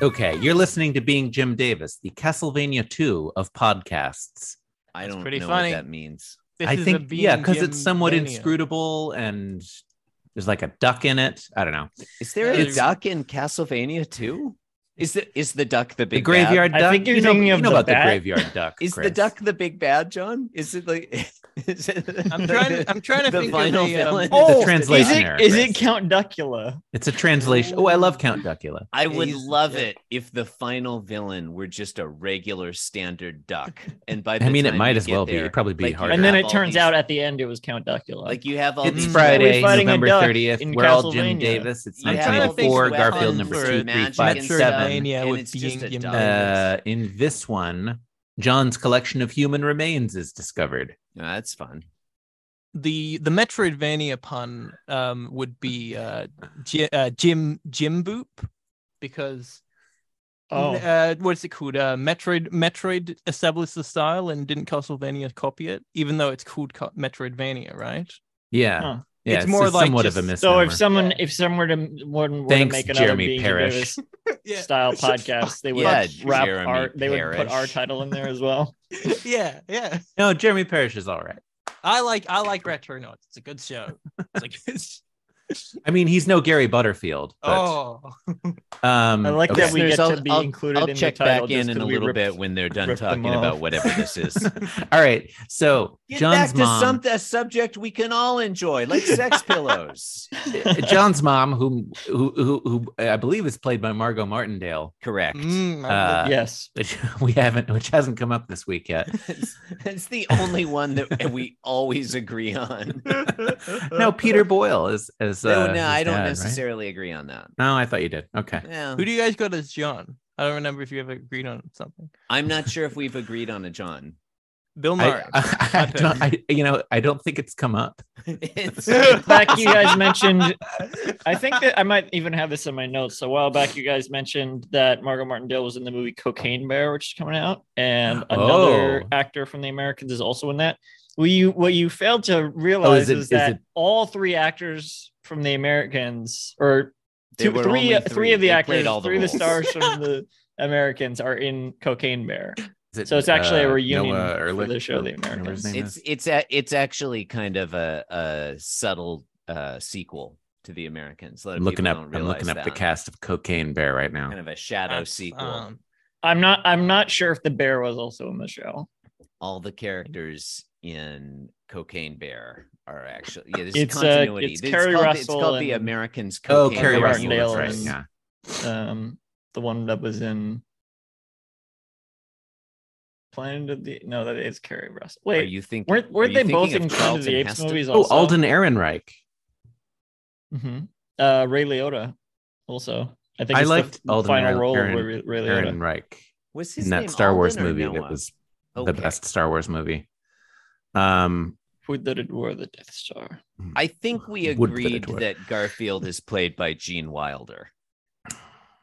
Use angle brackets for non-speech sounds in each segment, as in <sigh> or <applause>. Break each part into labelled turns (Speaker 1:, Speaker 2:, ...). Speaker 1: Okay, you're listening to Being Jim Davis, the Castlevania 2 of podcasts.
Speaker 2: I
Speaker 3: It's
Speaker 2: don't
Speaker 3: pretty
Speaker 2: know
Speaker 3: funny.
Speaker 2: what that means.
Speaker 3: This
Speaker 1: I
Speaker 3: is a
Speaker 1: think, yeah,
Speaker 3: Being
Speaker 1: because it's somewhat
Speaker 3: Jim-mania.
Speaker 1: inscrutable and there's like a duck in it. I don't know.
Speaker 2: Is there a
Speaker 3: It's-
Speaker 2: duck in Castlevania too? Is the is the duck the
Speaker 1: The
Speaker 2: big bad?
Speaker 1: graveyard
Speaker 4: I
Speaker 1: duck.
Speaker 4: think you're
Speaker 1: you know,
Speaker 4: thinking
Speaker 1: you
Speaker 4: of
Speaker 1: know
Speaker 4: the
Speaker 1: about
Speaker 4: bat.
Speaker 1: the
Speaker 4: <laughs>
Speaker 1: graveyard duck.
Speaker 2: Is the
Speaker 1: Chris.
Speaker 2: duck the big bad, John? Is it like? <laughs> Is it
Speaker 3: I'm
Speaker 2: <laughs>
Speaker 3: trying. I'm trying
Speaker 4: <laughs>
Speaker 3: to
Speaker 2: the
Speaker 3: think
Speaker 2: final
Speaker 3: of a, um,
Speaker 2: villain?
Speaker 4: Oh,
Speaker 1: translation
Speaker 4: is it,
Speaker 1: error,
Speaker 4: is
Speaker 1: Chris.
Speaker 4: it Count Duckula?
Speaker 1: It's a translation. Oh, I love Count Duckula.
Speaker 2: I
Speaker 3: Yeah,
Speaker 2: would
Speaker 3: he's-
Speaker 2: love
Speaker 3: yeah.
Speaker 2: it if the final villain were just a regular standard duck, and <laughs> by the
Speaker 1: I mean, it
Speaker 2: time
Speaker 1: might
Speaker 2: you
Speaker 1: as
Speaker 2: get
Speaker 1: well be.
Speaker 2: there,
Speaker 1: It'd probably be
Speaker 2: like, you
Speaker 1: harder.
Speaker 4: And then
Speaker 2: have
Speaker 4: it
Speaker 2: all
Speaker 4: turns
Speaker 2: these-
Speaker 4: out at the end it was Count Duckula.
Speaker 2: like you have all
Speaker 1: It's
Speaker 2: these
Speaker 1: Friday,
Speaker 4: We're fighting a
Speaker 1: November
Speaker 4: duck
Speaker 1: 30th.
Speaker 4: in
Speaker 1: We're all Jim
Speaker 4: Castlevania.
Speaker 1: Davis. It's
Speaker 2: You have all these
Speaker 1: 1984,
Speaker 2: weapons
Speaker 1: Garfield number
Speaker 2: and
Speaker 1: two, three,
Speaker 2: magic
Speaker 1: five,
Speaker 2: and
Speaker 1: seven.
Speaker 2: stuff,
Speaker 3: Metroidvania
Speaker 2: and
Speaker 3: with
Speaker 2: it's just
Speaker 3: being
Speaker 2: a
Speaker 3: Jim
Speaker 2: duck.
Speaker 1: Uh, in this one, John's collection of human remains is discovered.
Speaker 2: No, that's fun.
Speaker 3: the the Metroidvania pun um, would be uh, Ji- uh, Jim Jim Boop because
Speaker 4: Oh,
Speaker 3: uh, what's it called? Uh, Metroid Metroid established the style and didn't Castlevania copy it, even though it's called Co- Metroidvania,
Speaker 4: <laughs>
Speaker 3: right?
Speaker 1: Yeah,
Speaker 4: Huh.
Speaker 1: yeah.
Speaker 3: It's more
Speaker 1: just
Speaker 3: like
Speaker 1: somewhat
Speaker 3: just-
Speaker 1: of a
Speaker 4: so
Speaker 1: misnomer.
Speaker 4: if someone if someone were to, were to
Speaker 1: Thanks,
Speaker 4: make another
Speaker 1: Jeremy
Speaker 4: Being Jim
Speaker 1: Parrish.
Speaker 2: <laughs>
Speaker 4: Davis style podcast, they would
Speaker 2: yeah,
Speaker 4: wrap
Speaker 2: Jeremy
Speaker 4: our they would put
Speaker 2: Parrish.
Speaker 4: our title in there as well.
Speaker 3: yeah, yeah.
Speaker 1: no, Jeremy Parrish is all right.
Speaker 3: I like I like Retronauts. It's a good show. <laughs> It's a good
Speaker 4: <laughs>
Speaker 3: show.
Speaker 1: I mean, he's no Gary Butterfield. But,
Speaker 3: oh,
Speaker 1: um,
Speaker 4: I like
Speaker 1: okay.
Speaker 4: that we get
Speaker 2: Mm, Listeners, I'll-
Speaker 4: to be
Speaker 2: I'll-
Speaker 4: included
Speaker 2: I'll
Speaker 4: in
Speaker 2: check
Speaker 4: the title
Speaker 2: back
Speaker 4: just
Speaker 2: in in
Speaker 4: 'cause
Speaker 2: a
Speaker 4: we
Speaker 2: little
Speaker 4: ripped-
Speaker 2: bit when they're done
Speaker 4: ripped them
Speaker 2: talking
Speaker 4: off.
Speaker 2: about whatever this is.
Speaker 1: <laughs> all right. So
Speaker 2: <laughs> Get
Speaker 1: John's
Speaker 2: back to
Speaker 1: mom,
Speaker 2: some a subject we can all enjoy, like sex pillows.
Speaker 1: <laughs> John's mom, whom who, who who I believe is played by Margot Martindale.
Speaker 2: Correct.
Speaker 3: Mm, I
Speaker 1: Uh,
Speaker 4: yes.
Speaker 1: Which <laughs> we haven't, which hasn't come up this week yet.
Speaker 2: It's, it's the only one that we always agree on.
Speaker 1: Uh, no,
Speaker 2: <laughs>
Speaker 1: Peter Boyle is is.
Speaker 2: no,
Speaker 1: uh,
Speaker 2: no, I
Speaker 1: his
Speaker 2: don't
Speaker 1: dad, right?
Speaker 2: necessarily agree on that.
Speaker 1: No, I thought you did. Okay.
Speaker 2: Yeah.
Speaker 3: Who do you guys got as John? I don't remember if you ever agreed on something.
Speaker 2: I'm not sure if we've agreed on a John. <laughs>
Speaker 3: Bill
Speaker 1: I,
Speaker 3: Murray.
Speaker 1: <laughs> I, I don't, I, you know, I don't think it's come up.
Speaker 2: It's-
Speaker 4: A while back you guys mentioned I think that I might even have this in my notes. A while back you guys mentioned that Margot Martindale was in the movie Cocaine Bear, which is coming out, and another
Speaker 1: Oh.
Speaker 4: actor from the Americans is also in that. What you what you failed to realize
Speaker 1: it-
Speaker 4: is
Speaker 1: is
Speaker 4: that
Speaker 1: it-
Speaker 4: all three actors from the Americans or
Speaker 2: There
Speaker 4: two,
Speaker 2: were
Speaker 4: three,
Speaker 2: only
Speaker 4: three of the
Speaker 2: They played
Speaker 4: actors,
Speaker 2: all
Speaker 4: three of the
Speaker 2: roles.
Speaker 4: stars from the Americans are in Cocaine Bear.
Speaker 1: Is it,
Speaker 4: So it's actually a
Speaker 1: uh,
Speaker 4: reunion
Speaker 1: Noah
Speaker 4: for
Speaker 1: Ehrlich
Speaker 4: the show,
Speaker 1: or
Speaker 4: The
Speaker 1: whatever his
Speaker 4: Americans.
Speaker 1: name is?
Speaker 2: It's it's a, it's actually kind of a, a subtle uh, sequel to the Americans. A lot of
Speaker 1: I'm looking
Speaker 2: people
Speaker 1: up.
Speaker 2: don't
Speaker 1: I'm looking
Speaker 2: realize
Speaker 1: up the
Speaker 2: that.
Speaker 1: cast of Cocaine Bear right now.
Speaker 2: Kind of a shadow
Speaker 3: That's,
Speaker 2: sequel.
Speaker 3: um,
Speaker 4: I'm not I'm not sure if the bear was also in the show.
Speaker 2: all the characters in Cocaine Bear are actually yeah. This
Speaker 4: It's, uh,
Speaker 2: is continuity.
Speaker 4: it's
Speaker 2: This is
Speaker 4: Kerry
Speaker 2: called, It's
Speaker 4: Russell
Speaker 2: called the
Speaker 4: and-
Speaker 2: Americans.
Speaker 1: Oh,
Speaker 2: Cocaine
Speaker 1: Carrie
Speaker 2: Bear
Speaker 1: Russell. That's right.
Speaker 2: universe.
Speaker 1: Yeah.
Speaker 4: um the one that was in Planet of the No, that is Carrie Russell.
Speaker 2: Are
Speaker 4: Wait,
Speaker 2: you thinking?
Speaker 4: weren't
Speaker 2: are
Speaker 4: weren't
Speaker 2: you
Speaker 4: they
Speaker 2: thinking
Speaker 4: both in Planet of the
Speaker 2: Charlton
Speaker 4: Apes
Speaker 2: Heston?
Speaker 4: movies?
Speaker 1: Oh,
Speaker 4: Also?
Speaker 1: Alden Ehrenreich.
Speaker 4: Mhm. Uh, Ray Liotta, also. I think
Speaker 1: I
Speaker 4: it's the
Speaker 1: liked
Speaker 4: final
Speaker 1: Alden Ehrenreich.
Speaker 4: role
Speaker 1: Aaron-
Speaker 4: of Ray, Ray Liotta.
Speaker 1: Ehrenreich
Speaker 2: Was his
Speaker 1: in that
Speaker 2: name
Speaker 1: Star Wars
Speaker 2: Alden or
Speaker 1: movie that
Speaker 2: Noah?
Speaker 1: was the
Speaker 2: Okay.
Speaker 1: best Star Wars movie. Um,
Speaker 4: Who did it were the Death Star?
Speaker 2: I think we
Speaker 1: Would fit
Speaker 2: agreed
Speaker 1: into it.
Speaker 2: that Garfield is played by Gene Wilder.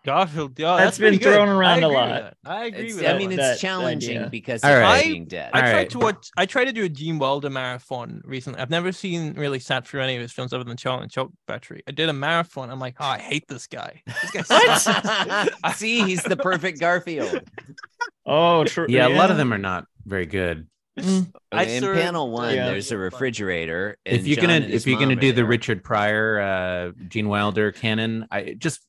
Speaker 3: Garfield. yeah,
Speaker 4: That's
Speaker 3: that's pretty
Speaker 4: been thrown
Speaker 3: good. I
Speaker 4: around a
Speaker 3: agree with
Speaker 4: lot.
Speaker 3: that. I agree
Speaker 2: It's-
Speaker 3: with
Speaker 2: I
Speaker 3: that.
Speaker 2: mean,
Speaker 3: one.
Speaker 2: it's
Speaker 4: That- that
Speaker 2: challenging
Speaker 4: idea.
Speaker 2: because
Speaker 1: All
Speaker 2: he's
Speaker 1: right.
Speaker 2: being dead.
Speaker 3: I
Speaker 1: All
Speaker 3: tried
Speaker 1: right.
Speaker 3: to watch. I tried to do a Gene Wilder marathon recently. I've never seen really sat through any of his films other than Charlie and the Chocolate Factory. I did a marathon. I'm like, oh, I hate this guy. This guy sucks.
Speaker 2: <laughs> See, he's the perfect Garfield.
Speaker 4: Oh, true.
Speaker 1: yeah, a lot of them are not very good.
Speaker 4: Mm.
Speaker 3: I
Speaker 2: in
Speaker 3: saw-
Speaker 2: panel one,
Speaker 4: yeah.
Speaker 2: there's a refrigerator. And
Speaker 1: if you're
Speaker 2: John
Speaker 1: gonna
Speaker 2: and his
Speaker 1: if you're gonna
Speaker 2: mom are
Speaker 1: do the
Speaker 2: there.
Speaker 1: Richard Pryor, uh, Gene Wilder canon, I just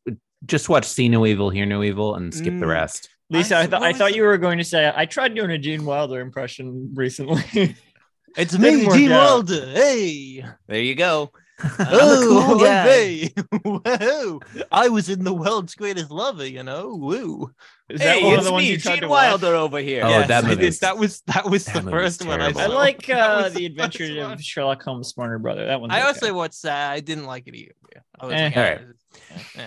Speaker 1: just watch See No Evil, Hear No Evil, and skip the
Speaker 3: Mm.
Speaker 1: rest.
Speaker 4: Lisa,
Speaker 3: I
Speaker 4: I, thought I
Speaker 3: suppose-
Speaker 4: thought you were going to say I tried doing a Gene Wilder impression recently.
Speaker 3: <laughs>
Speaker 4: <laughs>
Speaker 3: It's
Speaker 4: Didn't
Speaker 3: me,
Speaker 4: work
Speaker 3: Gene
Speaker 4: out.
Speaker 3: Wilder. Hey.
Speaker 2: There you go.
Speaker 1: <laughs> I'm a
Speaker 3: Oh,
Speaker 1: cool guy.
Speaker 3: hey. <laughs> Whoa. I was in the world's greatest lover, you know. Woo.
Speaker 4: Is
Speaker 2: hey,
Speaker 4: that one
Speaker 2: it's
Speaker 4: of the ones
Speaker 2: me,
Speaker 4: you tried to
Speaker 2: Gene
Speaker 4: watch?
Speaker 2: Wilder over here.
Speaker 1: Oh, that
Speaker 3: I
Speaker 1: movie
Speaker 3: did.
Speaker 1: is-
Speaker 3: <laughs> That was that was
Speaker 1: that
Speaker 3: the
Speaker 1: movie is
Speaker 3: first one I
Speaker 1: terrible.
Speaker 3: saw.
Speaker 4: I like
Speaker 3: That
Speaker 4: uh,
Speaker 3: was
Speaker 4: the
Speaker 3: first
Speaker 4: Adventures
Speaker 3: one.
Speaker 4: of Sherlock Holmes' Smarter Brother. That one.
Speaker 3: I also watched that. I didn't like it either. I was
Speaker 4: Eh.
Speaker 3: like,
Speaker 1: Alright.
Speaker 3: eh, eh.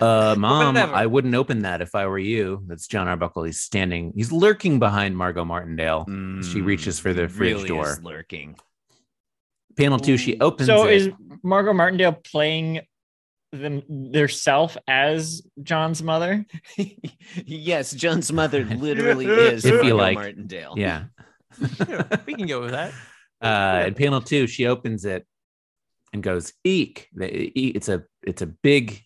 Speaker 2: <laughs>
Speaker 1: Uh, mom,
Speaker 3: whatever.
Speaker 1: I wouldn't open that if I were you. That's John Arbuckle. He's standing. He's lurking behind Margot Martindale. She reaches for the
Speaker 2: It
Speaker 1: fridge
Speaker 2: really
Speaker 1: door.
Speaker 2: Is lurking. <laughs>
Speaker 1: Panel two, she
Speaker 2: Mm.
Speaker 1: opens.
Speaker 4: So
Speaker 1: it.
Speaker 4: is Margot Martindale playing them their self as John's mother?
Speaker 2: yes,
Speaker 1: <laughs>
Speaker 2: John's mother literally is
Speaker 1: If you
Speaker 2: Margot
Speaker 1: like.
Speaker 2: Martindale. <laughs>
Speaker 1: yeah.
Speaker 3: Sure, we can go with that.
Speaker 1: uh, in panel two, she opens it and goes, "Eek!" The- e- It's a it's a big,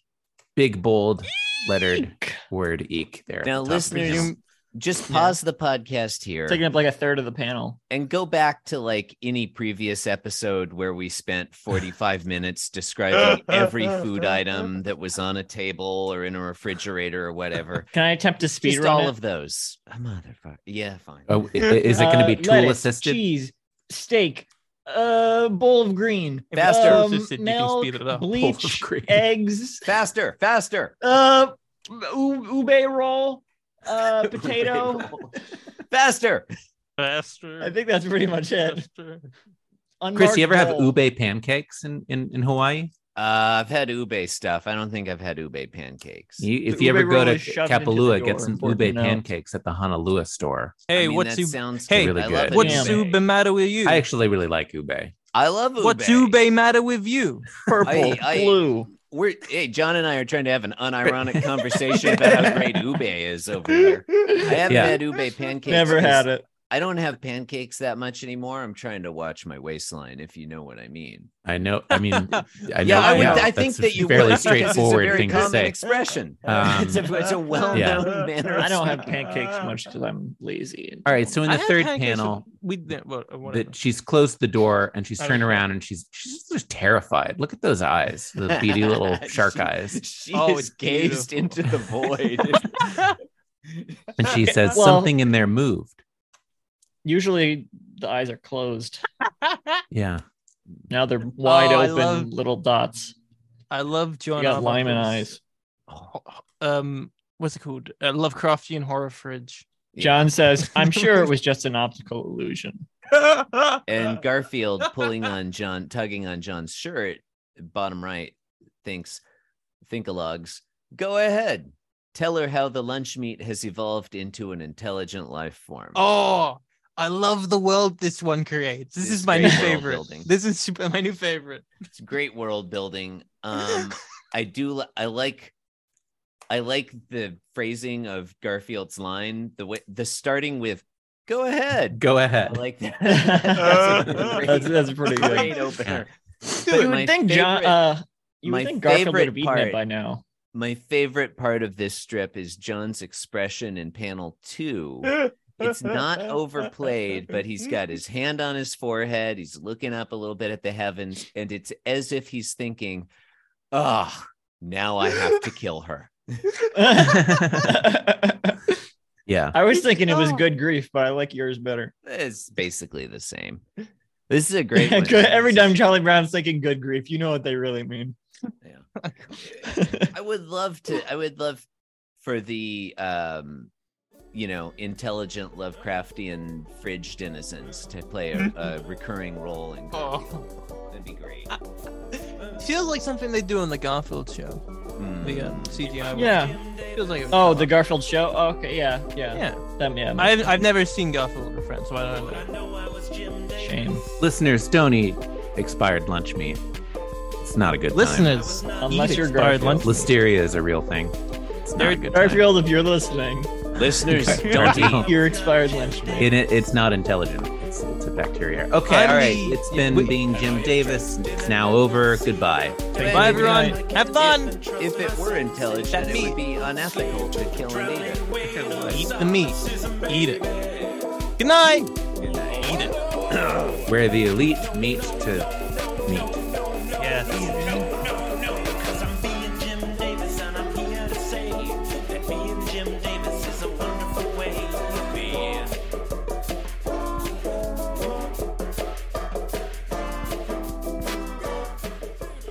Speaker 1: big bold lettered word eek there. at
Speaker 2: Now,
Speaker 1: the top of
Speaker 2: listeners,
Speaker 1: your-
Speaker 2: you- Just
Speaker 4: Yeah.
Speaker 2: pause the podcast here
Speaker 4: Taking up like a third of the panel.
Speaker 2: and go back to like any previous episode where we spent 45 minutes describing every food item that was on a table or in a refrigerator or
Speaker 3: <laughs>
Speaker 2: whatever.
Speaker 4: Can I attempt to speed
Speaker 2: Just all
Speaker 4: run it?
Speaker 2: of those. Motherfucker. Yeah, fine.
Speaker 1: oh, i- i- is it going to
Speaker 4: Uh,
Speaker 1: be tool
Speaker 4: lettuce,
Speaker 1: assisted?
Speaker 4: Cheese, steak, uh, bowl of green,
Speaker 3: If it's
Speaker 2: Bastard.
Speaker 3: tool
Speaker 4: um,
Speaker 3: assisted, you can
Speaker 4: milk,
Speaker 3: speed it up. <laughs>
Speaker 1: Bowl of
Speaker 4: bleach,
Speaker 1: green.
Speaker 4: eggs,
Speaker 2: Faster, faster,
Speaker 4: uh, u- ube roll,
Speaker 3: <laughs>
Speaker 4: uh, potato.
Speaker 2: faster.
Speaker 3: Faster.
Speaker 4: I think that's pretty much it.
Speaker 3: faster.
Speaker 1: Chris, you ever have
Speaker 4: Unmarked bowl.
Speaker 1: ube pancakes in, in, in Hawaii?
Speaker 2: Uh, I've had ube stuff. I don't think I've had ube pancakes.
Speaker 1: You, if
Speaker 4: The
Speaker 1: you ever
Speaker 4: ube
Speaker 1: go
Speaker 4: roll
Speaker 1: to
Speaker 4: is shoved into the
Speaker 1: Kapalua,
Speaker 4: door,
Speaker 1: get some
Speaker 4: important
Speaker 1: ube
Speaker 4: to know.
Speaker 1: pancakes at the Honolulu store.
Speaker 2: I
Speaker 3: Hey,
Speaker 2: mean,
Speaker 3: what's
Speaker 2: that
Speaker 3: ube?
Speaker 2: sounds
Speaker 3: Hey,
Speaker 2: good.
Speaker 1: Really
Speaker 2: I
Speaker 1: good.
Speaker 2: love it.
Speaker 3: What's
Speaker 4: Damn.
Speaker 3: ube matter with you?
Speaker 1: I actually really like ube.
Speaker 2: I love ube.
Speaker 3: What's ube matter with you? <laughs>
Speaker 4: Purple,
Speaker 2: I- I-
Speaker 4: blue.
Speaker 2: We're hey, John and I are trying to
Speaker 3: <laughs>
Speaker 2: have an unironic conversation about how great ube is over here. I haven't
Speaker 1: Yeah.
Speaker 2: had ube pancakes.
Speaker 4: Never
Speaker 2: 'cause
Speaker 4: had it.
Speaker 2: I don't have pancakes that much anymore. I'm trying to watch my waistline, if you know what I mean.
Speaker 1: I know. I
Speaker 2: <laughs>
Speaker 1: mean, I know.
Speaker 2: yeah, I, would,
Speaker 1: know
Speaker 2: I
Speaker 1: that's
Speaker 2: think
Speaker 1: a
Speaker 2: that you
Speaker 1: fairly
Speaker 2: would because
Speaker 1: straightforward
Speaker 2: it's a very
Speaker 1: thing to
Speaker 2: common
Speaker 1: say.
Speaker 2: expression. <laughs>
Speaker 1: Um,
Speaker 2: it's, a, it's a well-known manner.
Speaker 1: <laughs>
Speaker 2: Of <laughs>
Speaker 3: <laughs>
Speaker 4: I don't have pancakes much because I'm lazy. and
Speaker 1: All right. So in the
Speaker 3: I had
Speaker 1: third
Speaker 3: pancakes with-
Speaker 1: panel,
Speaker 3: we did. Well, uh, whatever.
Speaker 1: that she's closed the door and she's
Speaker 3: I
Speaker 1: turned
Speaker 3: don't know.
Speaker 1: around and she's she's just terrified. Look at those eyes, those beady little shark
Speaker 2: She- <laughs>
Speaker 1: eyes.
Speaker 2: She
Speaker 3: Oh,
Speaker 2: is
Speaker 3: it's
Speaker 2: gazed
Speaker 3: beautiful.
Speaker 2: into the
Speaker 1: <laughs>
Speaker 2: void.
Speaker 1: And she says
Speaker 4: Well-
Speaker 1: something in there moved.
Speaker 4: Usually the eyes are closed.
Speaker 1: Yeah.
Speaker 4: Now they're wide
Speaker 3: Oh, I
Speaker 4: open
Speaker 3: love-
Speaker 4: little dots.
Speaker 3: I love John.
Speaker 4: You got
Speaker 3: Arbuckle's,
Speaker 4: lime and eyes.
Speaker 3: Um, what's it called? Uh, Lovecraftian horror <laughs> fridge.
Speaker 4: John says, "I'm sure
Speaker 3: <laughs>
Speaker 4: it was just an optical illusion." <laughs>
Speaker 2: and Garfield pulling on John, tugging on John's shirt, bottom right, thinks, Thinkalogs, go ahead. Tell her how the lunch meat has evolved into an intelligent life form.
Speaker 3: oh, I love the world this one creates. This
Speaker 2: It's
Speaker 3: is my new
Speaker 2: great world
Speaker 3: favorite.
Speaker 2: building.
Speaker 3: This is super, my new favorite.
Speaker 2: It's great world building. Um,
Speaker 4: <laughs>
Speaker 2: I do, li- I like. I like the phrasing of Garfield's line, the way the starting with "Go ahead."
Speaker 1: Go
Speaker 2: I
Speaker 1: ahead.
Speaker 2: like
Speaker 4: <laughs>
Speaker 2: that. That's a great-
Speaker 4: that's, that's pretty good.
Speaker 2: great opener. But
Speaker 4: You
Speaker 2: my
Speaker 4: would think John.
Speaker 2: favorite-
Speaker 4: Uh, you
Speaker 2: my
Speaker 4: would think Garfield would have
Speaker 2: favorite
Speaker 4: eaten
Speaker 2: part-
Speaker 4: it by now.
Speaker 2: <laughs>
Speaker 4: <laughs>
Speaker 2: my favorite part of this strip is John's expression in panel two. It's not overplayed, but
Speaker 4: <laughs>
Speaker 2: he's got his hand on his forehead. He's looking up a little bit at the heavens, and it's as if he's thinking, oh, now I have to kill her.
Speaker 4: I
Speaker 1: Yeah.
Speaker 4: was thinking it was good grief, but I like yours better.
Speaker 2: It's basically the same. This is a <laughs> great one.
Speaker 4: <laughs> Good- Every
Speaker 2: This is-
Speaker 4: time Charlie Brown's thinking good grief, you know what they really mean.
Speaker 2: I would love to. I would love for the um, you know, intelligent Lovecraftian fridge denizens to play a, a
Speaker 4: <laughs>
Speaker 2: recurring role in.
Speaker 3: Oh,
Speaker 2: That'd be great.
Speaker 4: Ah,
Speaker 3: feels like something they do on the Garfield show.
Speaker 2: Mm.
Speaker 3: The um, CGI. one.
Speaker 4: yeah.
Speaker 3: Feels like. it would
Speaker 4: Oh,
Speaker 3: come
Speaker 4: the
Speaker 3: up.
Speaker 4: Garfield show. Oh, okay, yeah, yeah,
Speaker 3: Yeah.
Speaker 4: Them, yeah.
Speaker 3: I've, I've never seen Garfield with friends, so I don't know.
Speaker 4: shame.
Speaker 3: uh,
Speaker 1: Listeners, don't eat expired lunch meat. It's not a good time.
Speaker 3: Listeners,
Speaker 4: Unless you're
Speaker 3: expired lunch-
Speaker 4: Garfield.
Speaker 1: Listeria is a real thing. It's not a good time.
Speaker 4: Garfield, if you're listening, <laughs>
Speaker 2: Listeners, don't
Speaker 1: Garfield.
Speaker 2: eat.
Speaker 4: you're expired lunch.
Speaker 1: It, it- it's not intelligent. It's, it's a bacteria. Okay,
Speaker 3: I'm
Speaker 1: all right.
Speaker 3: the-
Speaker 1: It's been
Speaker 3: we-
Speaker 1: being Jim Davis. It's now over. Goodbye.
Speaker 3: Bye, everyone. Have fun.
Speaker 2: If it were intelligent,
Speaker 3: That
Speaker 2: it would be unethical to kill and eat it.
Speaker 3: Eat the meat. Eat it. Good night. Eat it.
Speaker 1: Where the elite meet to meet.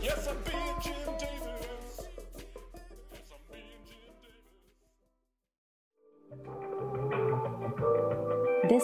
Speaker 5: Yes, I'm being Jim Davis. Yes, I'm being Jim Davis.
Speaker 6: This